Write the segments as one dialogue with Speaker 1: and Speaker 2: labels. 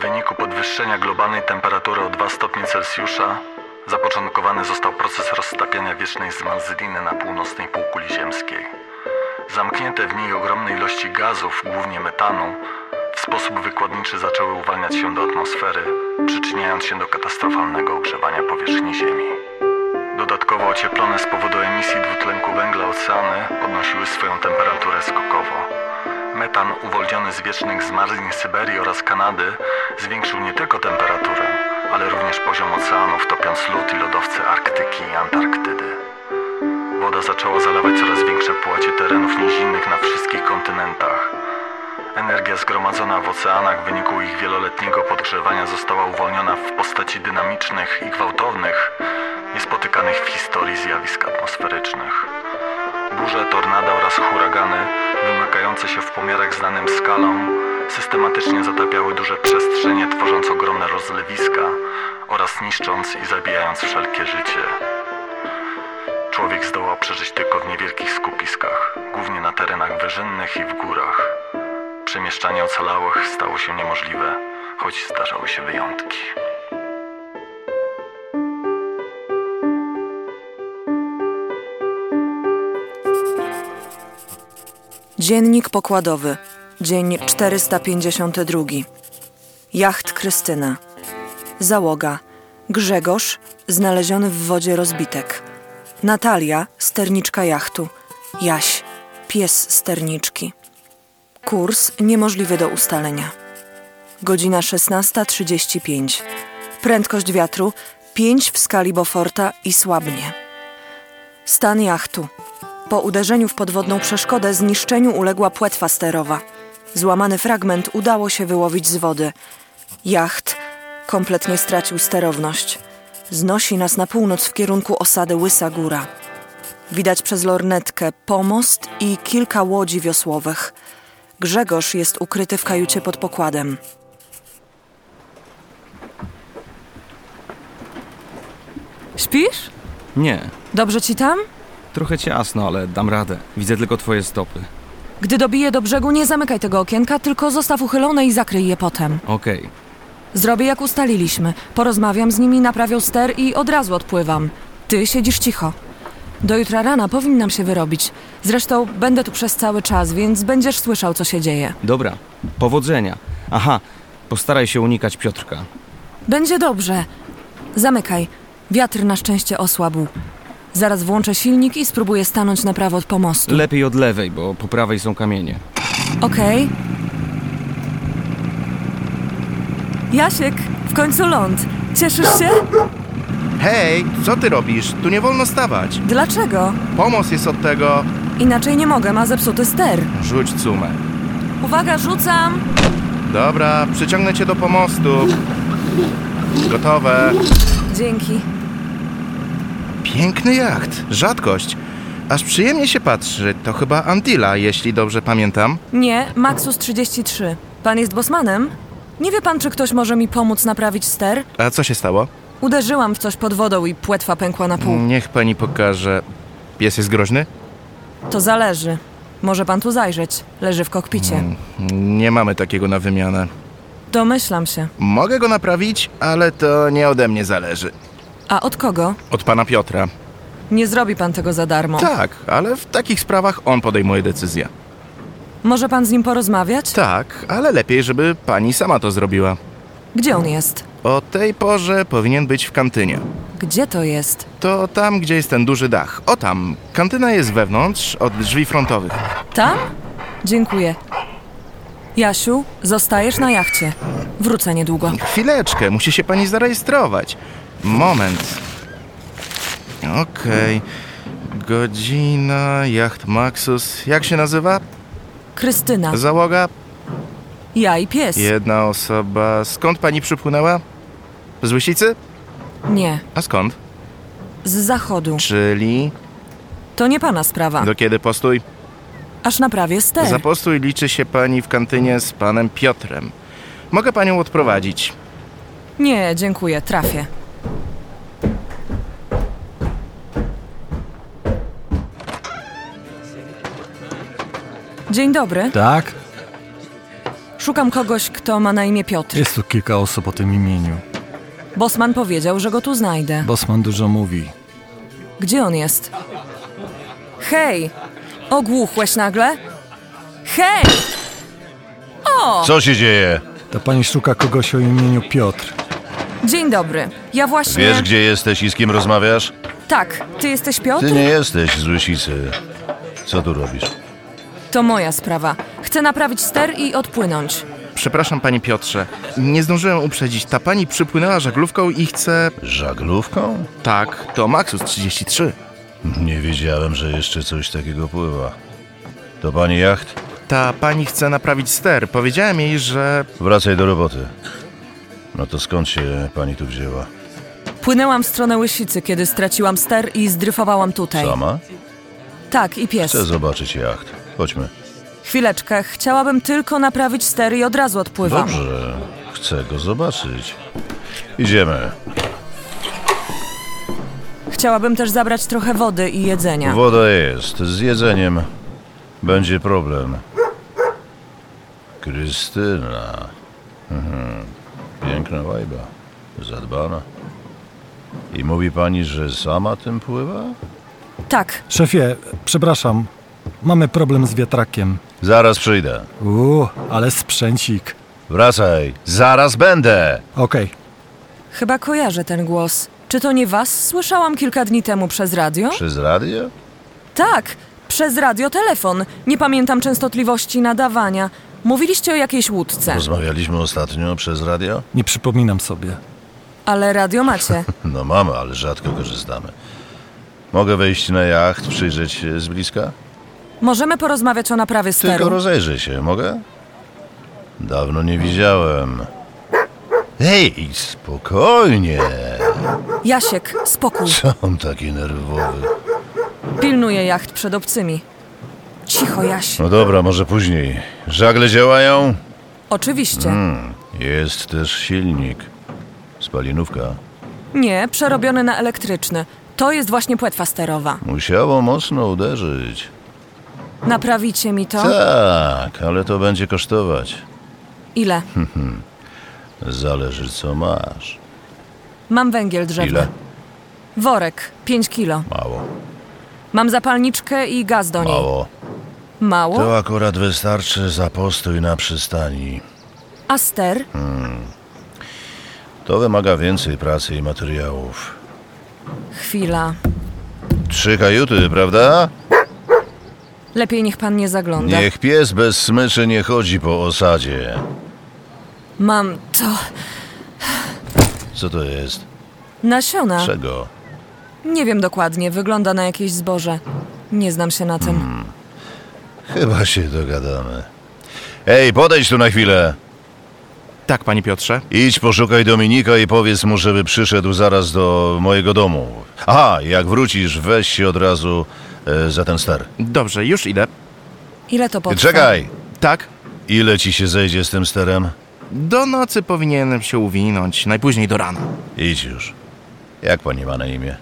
Speaker 1: wyniku podwyższenia globalnej temperatury o 2 stopnie Celsjusza zapoczątkowany został proces roztapiania wiecznej zmarzliny na północnej półkuli ziemskiej. Zamknięte w niej ogromne ilości gazów, głównie metanu, w sposób wykładniczy zaczęły uwalniać się do atmosfery, przyczyniając się do katastrofalnego ogrzewania powierzchni Ziemi. Dodatkowo ocieplone z powodu emisji dwutlenku węgla oceany podnosiły swoją temperaturę skokowo. Metan uwolniony z wiecznych zmarzlin Syberii oraz Kanady zwiększył nie tylko temperaturę, ale również poziom oceanów, topiąc lód i lodowce Arktyki i Antarktydy. Woda zaczęła zalewać coraz większe połacie terenów nizinnych na wszystkich kontynentach. Energia zgromadzona w oceanach w wyniku ich wieloletniego podgrzewania została uwolniona w postaci dynamicznych i gwałtownych, niespotykanych w historii zjawisk atmosferycznych. Burze, tornada oraz huragany, wymykające się w pomiarach znanym skalą, systematycznie zatapiały duże przestrzenie, tworząc ogromne rozlewiska oraz niszcząc i zabijając wszelkie życie. Człowiek zdołał przeżyć tylko w niewielkich skupiskach, głównie na terenach wyżynnych i w górach. Przemieszczanie ocalałych stało się niemożliwe, choć zdarzały się wyjątki.
Speaker 2: Dziennik pokładowy, dzień 452. Jacht Krystyna. Załoga. Grzegorz, znaleziony w wodzie rozbitek. Natalia, sterniczka jachtu. Jaś, pies sterniczki. Kurs niemożliwy do ustalenia. Godzina 16.35. Prędkość wiatru 5 w skali Beauforta i słabnie. Stan jachtu. Po uderzeniu w podwodną przeszkodę zniszczeniu uległa płetwa sterowa. Złamany fragment udało się wyłowić z wody. Jacht kompletnie stracił sterowność. Znosi nas na północ w kierunku osady Łysa Góra. Widać przez lornetkę pomost i kilka łodzi wiosłowych. Grzegorz jest ukryty w kajucie pod pokładem. Śpisz?
Speaker 3: Nie,
Speaker 2: Dobrze ci tam?
Speaker 3: trochę ciasno, ale dam radę. Widzę tylko twoje stopy.
Speaker 2: Gdy dobiję do brzegu, nie zamykaj tego okienka, tylko zostaw uchylone i zakryj je potem.
Speaker 3: Okej,
Speaker 2: Zrobię jak ustaliliśmy. Porozmawiam z nimi, naprawią ster i od razu odpływam. Ty siedzisz cicho. Do jutra rana powinnam się wyrobić. Zresztą będę tu przez cały czas, więc będziesz słyszał, co się dzieje.
Speaker 3: dobra. Powodzenia. Aha, postaraj się unikać Piotrka.
Speaker 2: Będzie dobrze. Zamykaj. Wiatr na szczęście osłabł. Zaraz włączę silnik i spróbuję stanąć na prawo od pomostu.
Speaker 3: Lepiej od lewej, bo po prawej są kamienie.
Speaker 2: Okej. Jasiek, w końcu ląd. Cieszysz się?
Speaker 4: Hej, co ty robisz? Tu nie wolno stawać.
Speaker 2: Dlaczego?
Speaker 4: Pomoc jest od tego.
Speaker 2: Inaczej nie mogę, ma zepsuty ster.
Speaker 4: Rzuć cumę.
Speaker 2: Uwaga, rzucam!
Speaker 4: Dobra, przyciągnę cię do pomostu. Gotowe.
Speaker 2: Dzięki.
Speaker 4: Piękny jacht, rzadkość. Aż przyjemnie się patrzy. To chyba Antilla, jeśli dobrze pamiętam.
Speaker 2: Nie, Maxus 33. Pan jest bosmanem? Nie wie pan, czy ktoś może mi pomóc naprawić ster?
Speaker 4: A co się stało?
Speaker 2: Uderzyłam w coś pod wodą i płetwa pękła na pół.
Speaker 4: Niech pani pokaże. Pies jest groźny?
Speaker 2: To zależy. Może pan tu zajrzeć. Leży w kokpicie.
Speaker 4: Mm. Nie mamy takiego na wymianę.
Speaker 2: Domyślam się.
Speaker 4: Mogę go naprawić, ale to nie ode mnie zależy.
Speaker 2: A od kogo?
Speaker 4: Od pana Piotra.
Speaker 2: Nie zrobi pan tego za darmo.
Speaker 4: Tak, ale w takich sprawach on podejmuje decyzję.
Speaker 2: Może pan z nim porozmawiać?
Speaker 4: Tak, ale lepiej, żeby pani sama to zrobiła.
Speaker 2: Gdzie on jest?
Speaker 4: O tej porze powinien być w kantynie.
Speaker 2: Gdzie to jest?
Speaker 4: To tam, gdzie jest ten duży dach. O tam. Kantyna jest wewnątrz, od drzwi frontowych.
Speaker 2: Tam? Dziękuję. Jasiu, zostajesz na jachcie. Wrócę niedługo.
Speaker 4: Chwileczkę, musi się pani zarejestrować. Moment. Okej. Godzina, jacht Maxus. Jak się nazywa?
Speaker 2: Krystyna,
Speaker 4: Załoga?
Speaker 2: ja i pies.
Speaker 4: Jedna osoba. Skąd pani przypłynęła? Z Łysicy?
Speaker 2: Nie,
Speaker 4: A skąd?
Speaker 2: z zachodu.
Speaker 4: Czyli...
Speaker 2: To nie pana sprawa.
Speaker 4: Do kiedy postój?
Speaker 2: Aż naprawię ster.
Speaker 4: Za postój liczy się pani w kantynie z panem Piotrem. Mogę panią odprowadzić.
Speaker 2: Nie, dziękuję, trafię. Dzień dobry.
Speaker 5: Tak?
Speaker 2: Szukam kogoś, kto ma na imię Piotr.
Speaker 1: Jest tu kilka osób o tym imieniu.
Speaker 2: Bosman powiedział, że go tu znajdę.
Speaker 1: Bosman dużo mówi.
Speaker 2: Gdzie on jest? Hej! Ogłuchłeś nagle? Hej!
Speaker 5: Co się dzieje?
Speaker 1: Ta pani szuka kogoś o imieniu Piotr.
Speaker 2: Dzień dobry. Ja właśnie...
Speaker 5: Wiesz, gdzie jesteś i z kim rozmawiasz?
Speaker 2: Tak, ty jesteś Piotr?
Speaker 5: Ty nie jesteś z Łysicy. Co tu robisz?
Speaker 2: To moja sprawa. Chcę naprawić ster i odpłynąć.
Speaker 4: Przepraszam, panie Piotrze. Nie zdążyłem uprzedzić. Ta pani przypłynęła żaglówką i chce...
Speaker 5: Żaglówką?
Speaker 4: Tak, to Maxus 33.
Speaker 5: Nie wiedziałem, że jeszcze coś takiego pływa. To pani jacht?
Speaker 4: Ta pani chce naprawić ster. Powiedziałem jej, że...
Speaker 5: Wracaj do roboty. No to skąd się pani tu wzięła?
Speaker 2: Płynęłam w stronę Łysicy, kiedy straciłam ster i zdryfowałam tutaj.
Speaker 5: Sama?
Speaker 2: Tak, i pies.
Speaker 5: Chcę zobaczyć jacht. Chodźmy.
Speaker 2: Chwileczkę, chciałabym tylko naprawić ster i od razu odpływam.
Speaker 5: Dobrze, chcę go zobaczyć. Idziemy.
Speaker 2: Chciałabym też zabrać trochę wody i jedzenia.
Speaker 5: Woda jest. Z jedzeniem będzie problem. Krystyna. Mhm. Piękna łajba. Zadbana. I mówi pani, że sama tym pływa?
Speaker 2: tak,
Speaker 6: Szefie, przepraszam. Mamy problem z wiatrakiem.
Speaker 5: Zaraz przyjdę.
Speaker 6: Uuu, ale sprzęcik.
Speaker 5: Wracaj. Zaraz będę.
Speaker 6: Okej.
Speaker 2: chyba kojarzę ten głos. Czy to nie was słyszałam kilka dni temu przez radio?
Speaker 5: Przez radio?
Speaker 2: Tak, przez radiotelefon. Nie pamiętam częstotliwości nadawania. Mówiliście o jakiejś łódce,
Speaker 5: Rozmawialiśmy ostatnio przez radio?
Speaker 6: Nie przypominam sobie.
Speaker 2: ale radio macie.
Speaker 5: No mamy, ale rzadko korzystamy. Mogę wejść na jacht, przyjrzeć się z bliska?
Speaker 2: Możemy porozmawiać o naprawie
Speaker 5: Tylko
Speaker 2: steru.
Speaker 5: rozejrzyj się, mogę? Dawno nie widziałem. Hej, spokojnie!
Speaker 2: Jasiek, spokój.
Speaker 5: Co on taki nerwowy?
Speaker 2: Pilnuję jacht przed obcymi. Cicho, Jaś.
Speaker 5: No dobra, może później. Żagle działają?
Speaker 2: Oczywiście.
Speaker 5: Mm. Jest też silnik. Spalinówka.
Speaker 2: Nie, przerobiony na elektryczny. To jest właśnie płetwa sterowa.
Speaker 5: Musiało mocno uderzyć.
Speaker 2: Naprawicie mi to?
Speaker 5: Tak, ale to będzie kosztować.
Speaker 2: Ile?
Speaker 5: Hm. Zależy co masz.
Speaker 2: Mam węgiel drzewny.
Speaker 5: Ile?
Speaker 2: Worek, 5 kilo.
Speaker 5: Mało.
Speaker 2: Mam zapalniczkę i gaz do niej.
Speaker 5: Mało.
Speaker 2: Mało?
Speaker 5: To akurat wystarczy za postój na przystani.
Speaker 2: A ster?
Speaker 5: To wymaga więcej pracy i materiałów.
Speaker 2: Chwila.
Speaker 5: Trzy kajuty, prawda?
Speaker 2: Lepiej niech pan nie zagląda.
Speaker 5: Niech pies bez smyczy nie chodzi po osadzie.
Speaker 2: Mam to.
Speaker 5: Co to jest?
Speaker 2: Nasiona.
Speaker 5: Czego?
Speaker 2: Nie wiem dokładnie, wygląda na jakieś zboże. Nie znam się na tym.
Speaker 5: Hmm. Chyba się dogadamy. Ej, podejdź tu na chwilę.
Speaker 4: Tak, panie Piotrze.
Speaker 5: Idź poszukaj Dominika i powiedz mu, żeby przyszedł zaraz do mojego domu. Aha, jak wrócisz, weź się od razu e, za ten ster.
Speaker 4: Dobrze, już idę.
Speaker 2: Ile to potrwa?
Speaker 5: Czekaj!
Speaker 4: Tak,
Speaker 5: Ile ci się zejdzie z tym sterem?
Speaker 4: do nocy powinienem się uwinąć, najpóźniej do rana.
Speaker 5: Idź już. Jak pani ma na imię?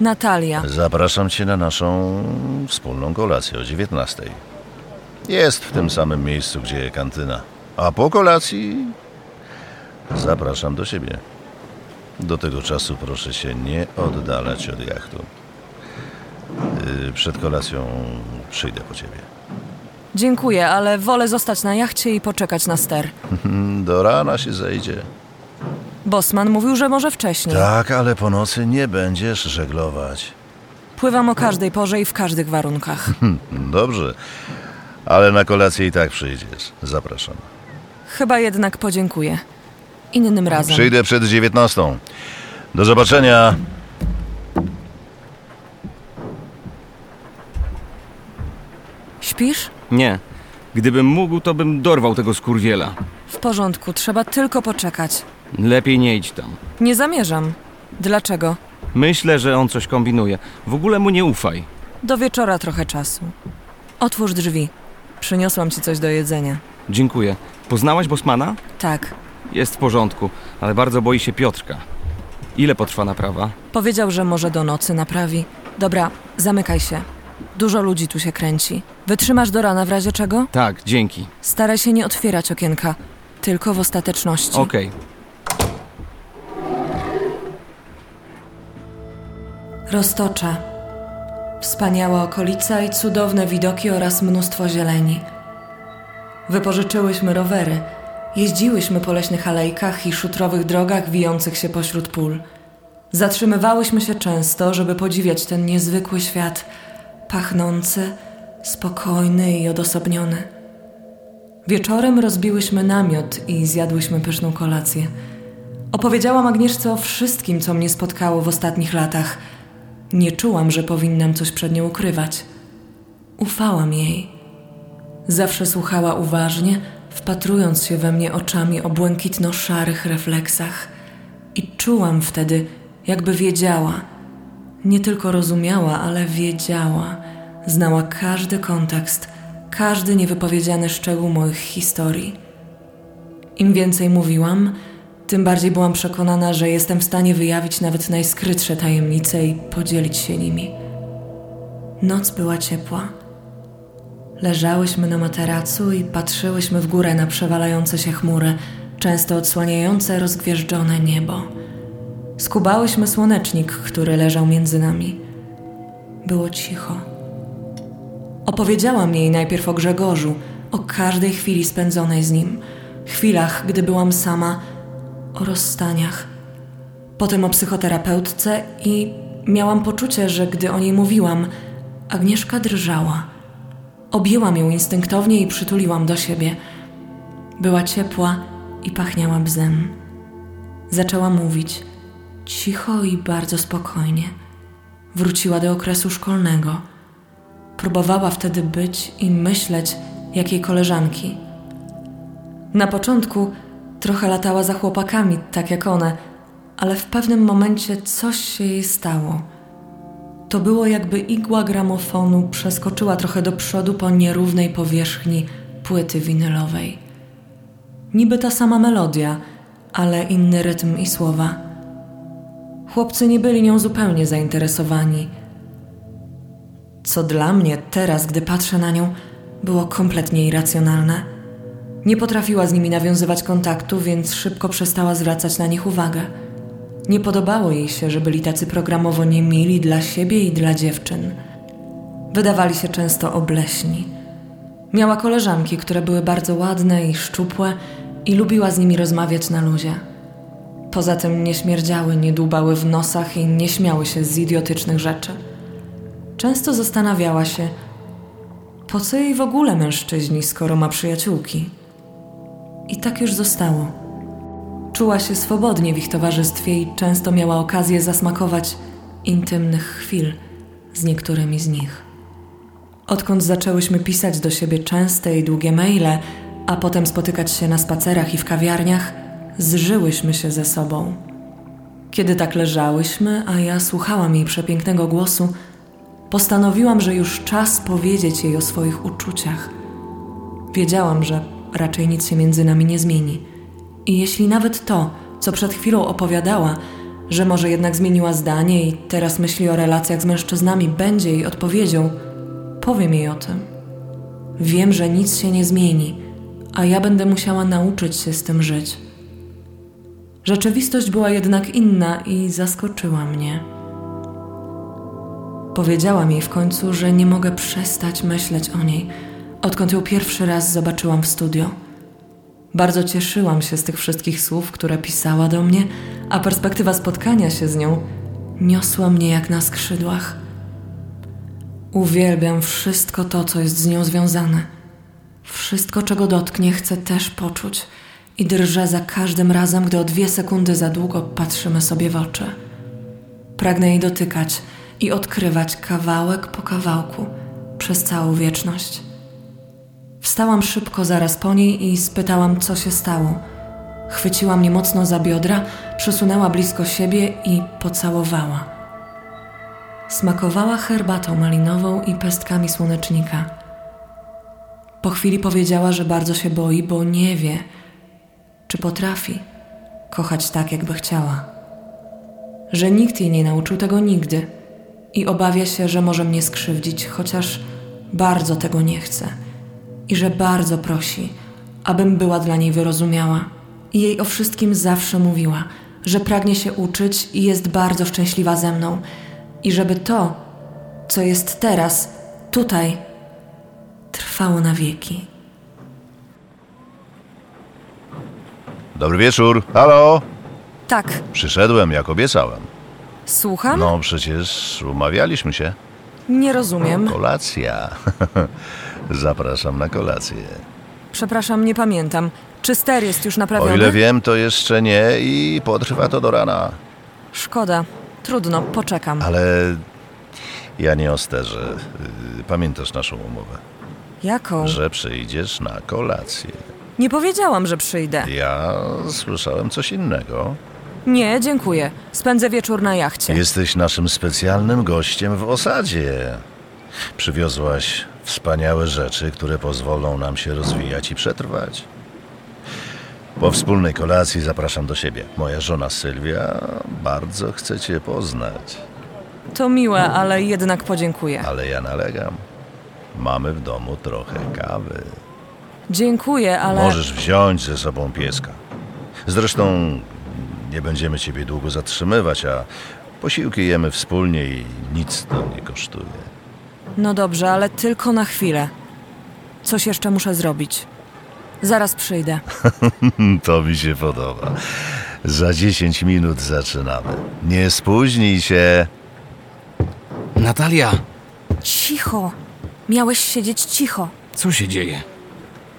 Speaker 2: Natalia.
Speaker 5: Zapraszam cię na naszą wspólną kolację o 19. Jest w tym samym miejscu, gdzie kantyna. A po kolacji zapraszam do siebie. Do tego czasu proszę się nie oddalać od jachtu. Yy, Przed kolacją przyjdę po ciebie.
Speaker 2: Dziękuję, ale wolę zostać na jachcie i poczekać na ster.
Speaker 5: Do rana się zejdzie.
Speaker 2: Bosman mówił, że może wcześniej.
Speaker 5: Tak, ale po nocy nie będziesz żeglować.
Speaker 2: Pływam o każdej porze i w każdych warunkach.
Speaker 5: Dobrze, ale na kolację i tak przyjdziesz. Zapraszam.
Speaker 2: Chyba jednak podziękuję. Innym razem.
Speaker 5: Przyjdę przed 19. Do zobaczenia.
Speaker 2: Śpisz?
Speaker 3: Nie. Gdybym mógł, to bym dorwał tego skurwiela.
Speaker 2: W porządku, trzeba tylko poczekać.
Speaker 3: Lepiej nie idź tam.
Speaker 2: Nie zamierzam. Dlaczego?
Speaker 3: Myślę, że on coś kombinuje. W ogóle mu nie ufaj.
Speaker 2: Do wieczora trochę czasu. Otwórz drzwi. Przyniosłam ci coś do jedzenia.
Speaker 3: Dziękuję. Poznałaś Bosmana?
Speaker 2: Tak.
Speaker 3: Jest w porządku, ale bardzo boi się Piotrka. Ile potrwa naprawa?
Speaker 2: Powiedział, że może do nocy naprawi. Dobra, zamykaj się. Dużo ludzi tu się kręci. Wytrzymasz do rana w razie czego?
Speaker 3: Tak, dzięki.
Speaker 2: Staraj się nie otwierać okienka, tylko w ostateczności.
Speaker 3: Okej.
Speaker 2: Roztocza. Wspaniała okolica i cudowne widoki oraz mnóstwo zieleni. Wypożyczyłyśmy rowery. Jeździłyśmy po leśnych alejkach i szutrowych drogach wijących się pośród pól. Zatrzymywałyśmy się często, żeby podziwiać ten niezwykły świat, pachnący, spokojny i odosobniony. Wieczorem rozbiłyśmy namiot i zjadłyśmy pyszną kolację. Opowiedziałam Agnieszce o wszystkim, co mnie spotkało w ostatnich latach. Nie czułam, że powinnam coś przed nią ukrywać. Ufałam jej. Zawsze słuchała uważnie, wpatrując się we mnie oczami o błękitno-szarych refleksach. I czułam wtedy, jakby wiedziała. Nie tylko rozumiała, ale wiedziała. Znała każdy kontekst, każdy niewypowiedziany szczegół moich historii. Im więcej mówiłam, tym bardziej byłam przekonana, że jestem w stanie wyjawić nawet najskrytsze tajemnice i podzielić się nimi. Noc była ciepła. Leżałyśmy na materacu i patrzyłyśmy w górę na przewalające się chmury, często odsłaniające rozgwieżdżone niebo. Skubałyśmy słonecznik, który leżał między nami. Było cicho. Opowiedziałam jej najpierw o Grzegorzu, o każdej chwili spędzonej z nim, chwilach, gdy byłam sama, o rozstaniach. Potem o psychoterapeutce i miałam poczucie, że gdy o niej mówiłam, Agnieszka drżała. Objęłam ją instynktownie i przytuliłam do siebie. Była ciepła i pachniała bzem. Zaczęła mówić cicho i bardzo spokojnie. Wróciła do okresu szkolnego. Próbowała wtedy być i myśleć jak jej koleżanki. Na początku trochę latała za chłopakami, tak jak one, ale w pewnym momencie coś się jej stało. To było jakby igła gramofonu przeskoczyła trochę do przodu po nierównej powierzchni płyty winylowej. Niby ta sama melodia, ale inny rytm i słowa. Chłopcy nie byli nią zupełnie zainteresowani. Co dla mnie teraz, gdy patrzę na nią, było kompletnie irracjonalne. Nie potrafiła z nimi nawiązywać kontaktu, więc szybko przestała zwracać na nich uwagę. Nie podobało jej się, że byli tacy programowo niemili dla siebie i dla dziewczyn. Wydawali się często obleśni. Miała koleżanki, które były bardzo ładne i szczupłe i lubiła z nimi rozmawiać na luzie. Poza tym nie śmierdziały, nie dłubały w nosach i nie śmiały się z idiotycznych rzeczy. Często zastanawiała się, po co jej w ogóle mężczyźni, skoro ma przyjaciółki. I tak już zostało. Czuła się swobodnie w ich towarzystwie i często miała okazję zasmakować intymnych chwil z niektórymi z nich. Odkąd zaczęłyśmy pisać do siebie częste i długie maile, a potem spotykać się na spacerach i w kawiarniach, zżyłyśmy się ze sobą. Kiedy tak leżałyśmy, a ja słuchałam jej przepięknego głosu, postanowiłam, że już czas powiedzieć jej o swoich uczuciach. Wiedziałam, że raczej nic się między nami nie zmieni. I jeśli nawet to, co przed chwilą opowiadała, że może jednak zmieniła zdanie i teraz myśli o relacjach z mężczyznami, będzie jej odpowiedzią, powiem jej o tym. Wiem, że nic się nie zmieni, a ja będę musiała nauczyć się z tym żyć. Rzeczywistość była jednak inna i zaskoczyła mnie. Powiedziałam jej w końcu, że nie mogę przestać myśleć o niej, odkąd ją pierwszy raz zobaczyłam w studio. Bardzo cieszyłam się z tych wszystkich słów, które pisała do mnie, a perspektywa spotkania się z nią niosła mnie jak na skrzydłach. Uwielbiam wszystko to, co jest z nią związane. Wszystko, czego dotknie, chcę też poczuć i drżę za każdym razem, gdy o dwie sekundy za długo patrzymy sobie w oczy. Pragnę jej dotykać i odkrywać kawałek po kawałku przez całą wieczność. Wstałam szybko zaraz po niej i spytałam, co się stało. Chwyciła mnie mocno za biodra, przysunęła blisko siebie i pocałowała. Smakowała herbatą malinową i pestkami słonecznika. Po chwili powiedziała, że bardzo się boi, bo nie wie, czy potrafi kochać tak, jakby chciała. Że nikt jej nie nauczył tego nigdy i obawia się, że może mnie skrzywdzić, chociaż bardzo tego nie chce i że bardzo prosi, abym była dla niej wyrozumiała. I jej o wszystkim zawsze mówiła, że pragnie się uczyć i jest bardzo szczęśliwa ze mną i żeby to, co jest teraz, tutaj, trwało na wieki.
Speaker 5: Dobry wieczór. Halo?
Speaker 2: Tak,
Speaker 5: Przyszedłem, jak obiecałem.
Speaker 2: słucham?
Speaker 5: No przecież umawialiśmy się.
Speaker 2: Nie
Speaker 5: No
Speaker 2: rozumiem.
Speaker 5: Kolacja. Zapraszam na kolację.
Speaker 2: Przepraszam, nie pamiętam. Czy ster jest już naprawiony?
Speaker 5: O ile wiem, to jeszcze nie i potrwa to do rana.
Speaker 2: Szkoda. Trudno, poczekam.
Speaker 5: Ale ja nie osterzę. Y, Pamiętasz naszą umowę,
Speaker 2: Jaką?
Speaker 5: że przyjdziesz na kolację.
Speaker 2: Nie powiedziałam, że przyjdę.
Speaker 5: Ja słyszałem coś innego.
Speaker 2: Nie, dziękuję. Spędzę wieczór na jachcie.
Speaker 5: Jesteś naszym specjalnym gościem w osadzie. Przywiozłaś wspaniałe rzeczy, które pozwolą nam się rozwijać i przetrwać. Po wspólnej kolacji zapraszam do siebie. Moja żona Sylwia bardzo chce Cię poznać,
Speaker 2: To miłe, ale jednak podziękuję.
Speaker 5: ale ja nalegam. Mamy w domu trochę kawy.
Speaker 2: Dziękuję, ale
Speaker 5: Możesz wziąć ze sobą pieska. Zresztą nie będziemy ciebie długo zatrzymywać, a posiłki jemy wspólnie i nic to nie kosztuje.
Speaker 2: no dobrze, ale tylko na chwilę. Coś jeszcze muszę zrobić. Zaraz przyjdę.
Speaker 5: To mi się podoba. Za 10 minut zaczynamy. Nie spóźnij się.
Speaker 7: Natalia,
Speaker 2: Cicho. Miałeś siedzieć cicho.
Speaker 7: co się dzieje?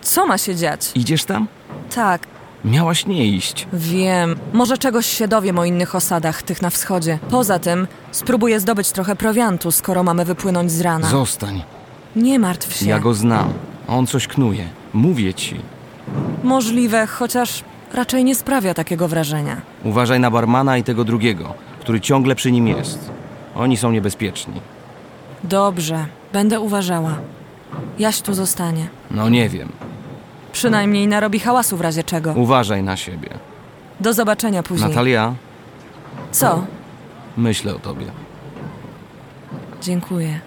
Speaker 2: Co ma się dziać?
Speaker 3: Idziesz tam?
Speaker 2: Tak,
Speaker 3: Miałaś nie iść.
Speaker 2: wiem. Może czegoś się dowiem o innych osadach, tych na wschodzie. Poza tym spróbuję zdobyć trochę prowiantu, skoro mamy wypłynąć z rana.
Speaker 3: Zostań.
Speaker 2: Nie martw się.
Speaker 3: Ja go znam. On coś knuje. Mówię ci.
Speaker 2: Możliwe, chociaż raczej nie sprawia takiego wrażenia.
Speaker 3: Uważaj na barmana i tego drugiego, który ciągle przy nim jest. Oni są niebezpieczni.
Speaker 2: Dobrze, będę uważała. Jaś tu zostanie.
Speaker 3: No nie wiem.
Speaker 2: Przynajmniej narobi hałasu w razie czego.
Speaker 3: Uważaj na siebie.
Speaker 2: Do zobaczenia później.
Speaker 3: Natalia,
Speaker 2: Co?
Speaker 3: myślę o tobie.
Speaker 2: Dziękuję.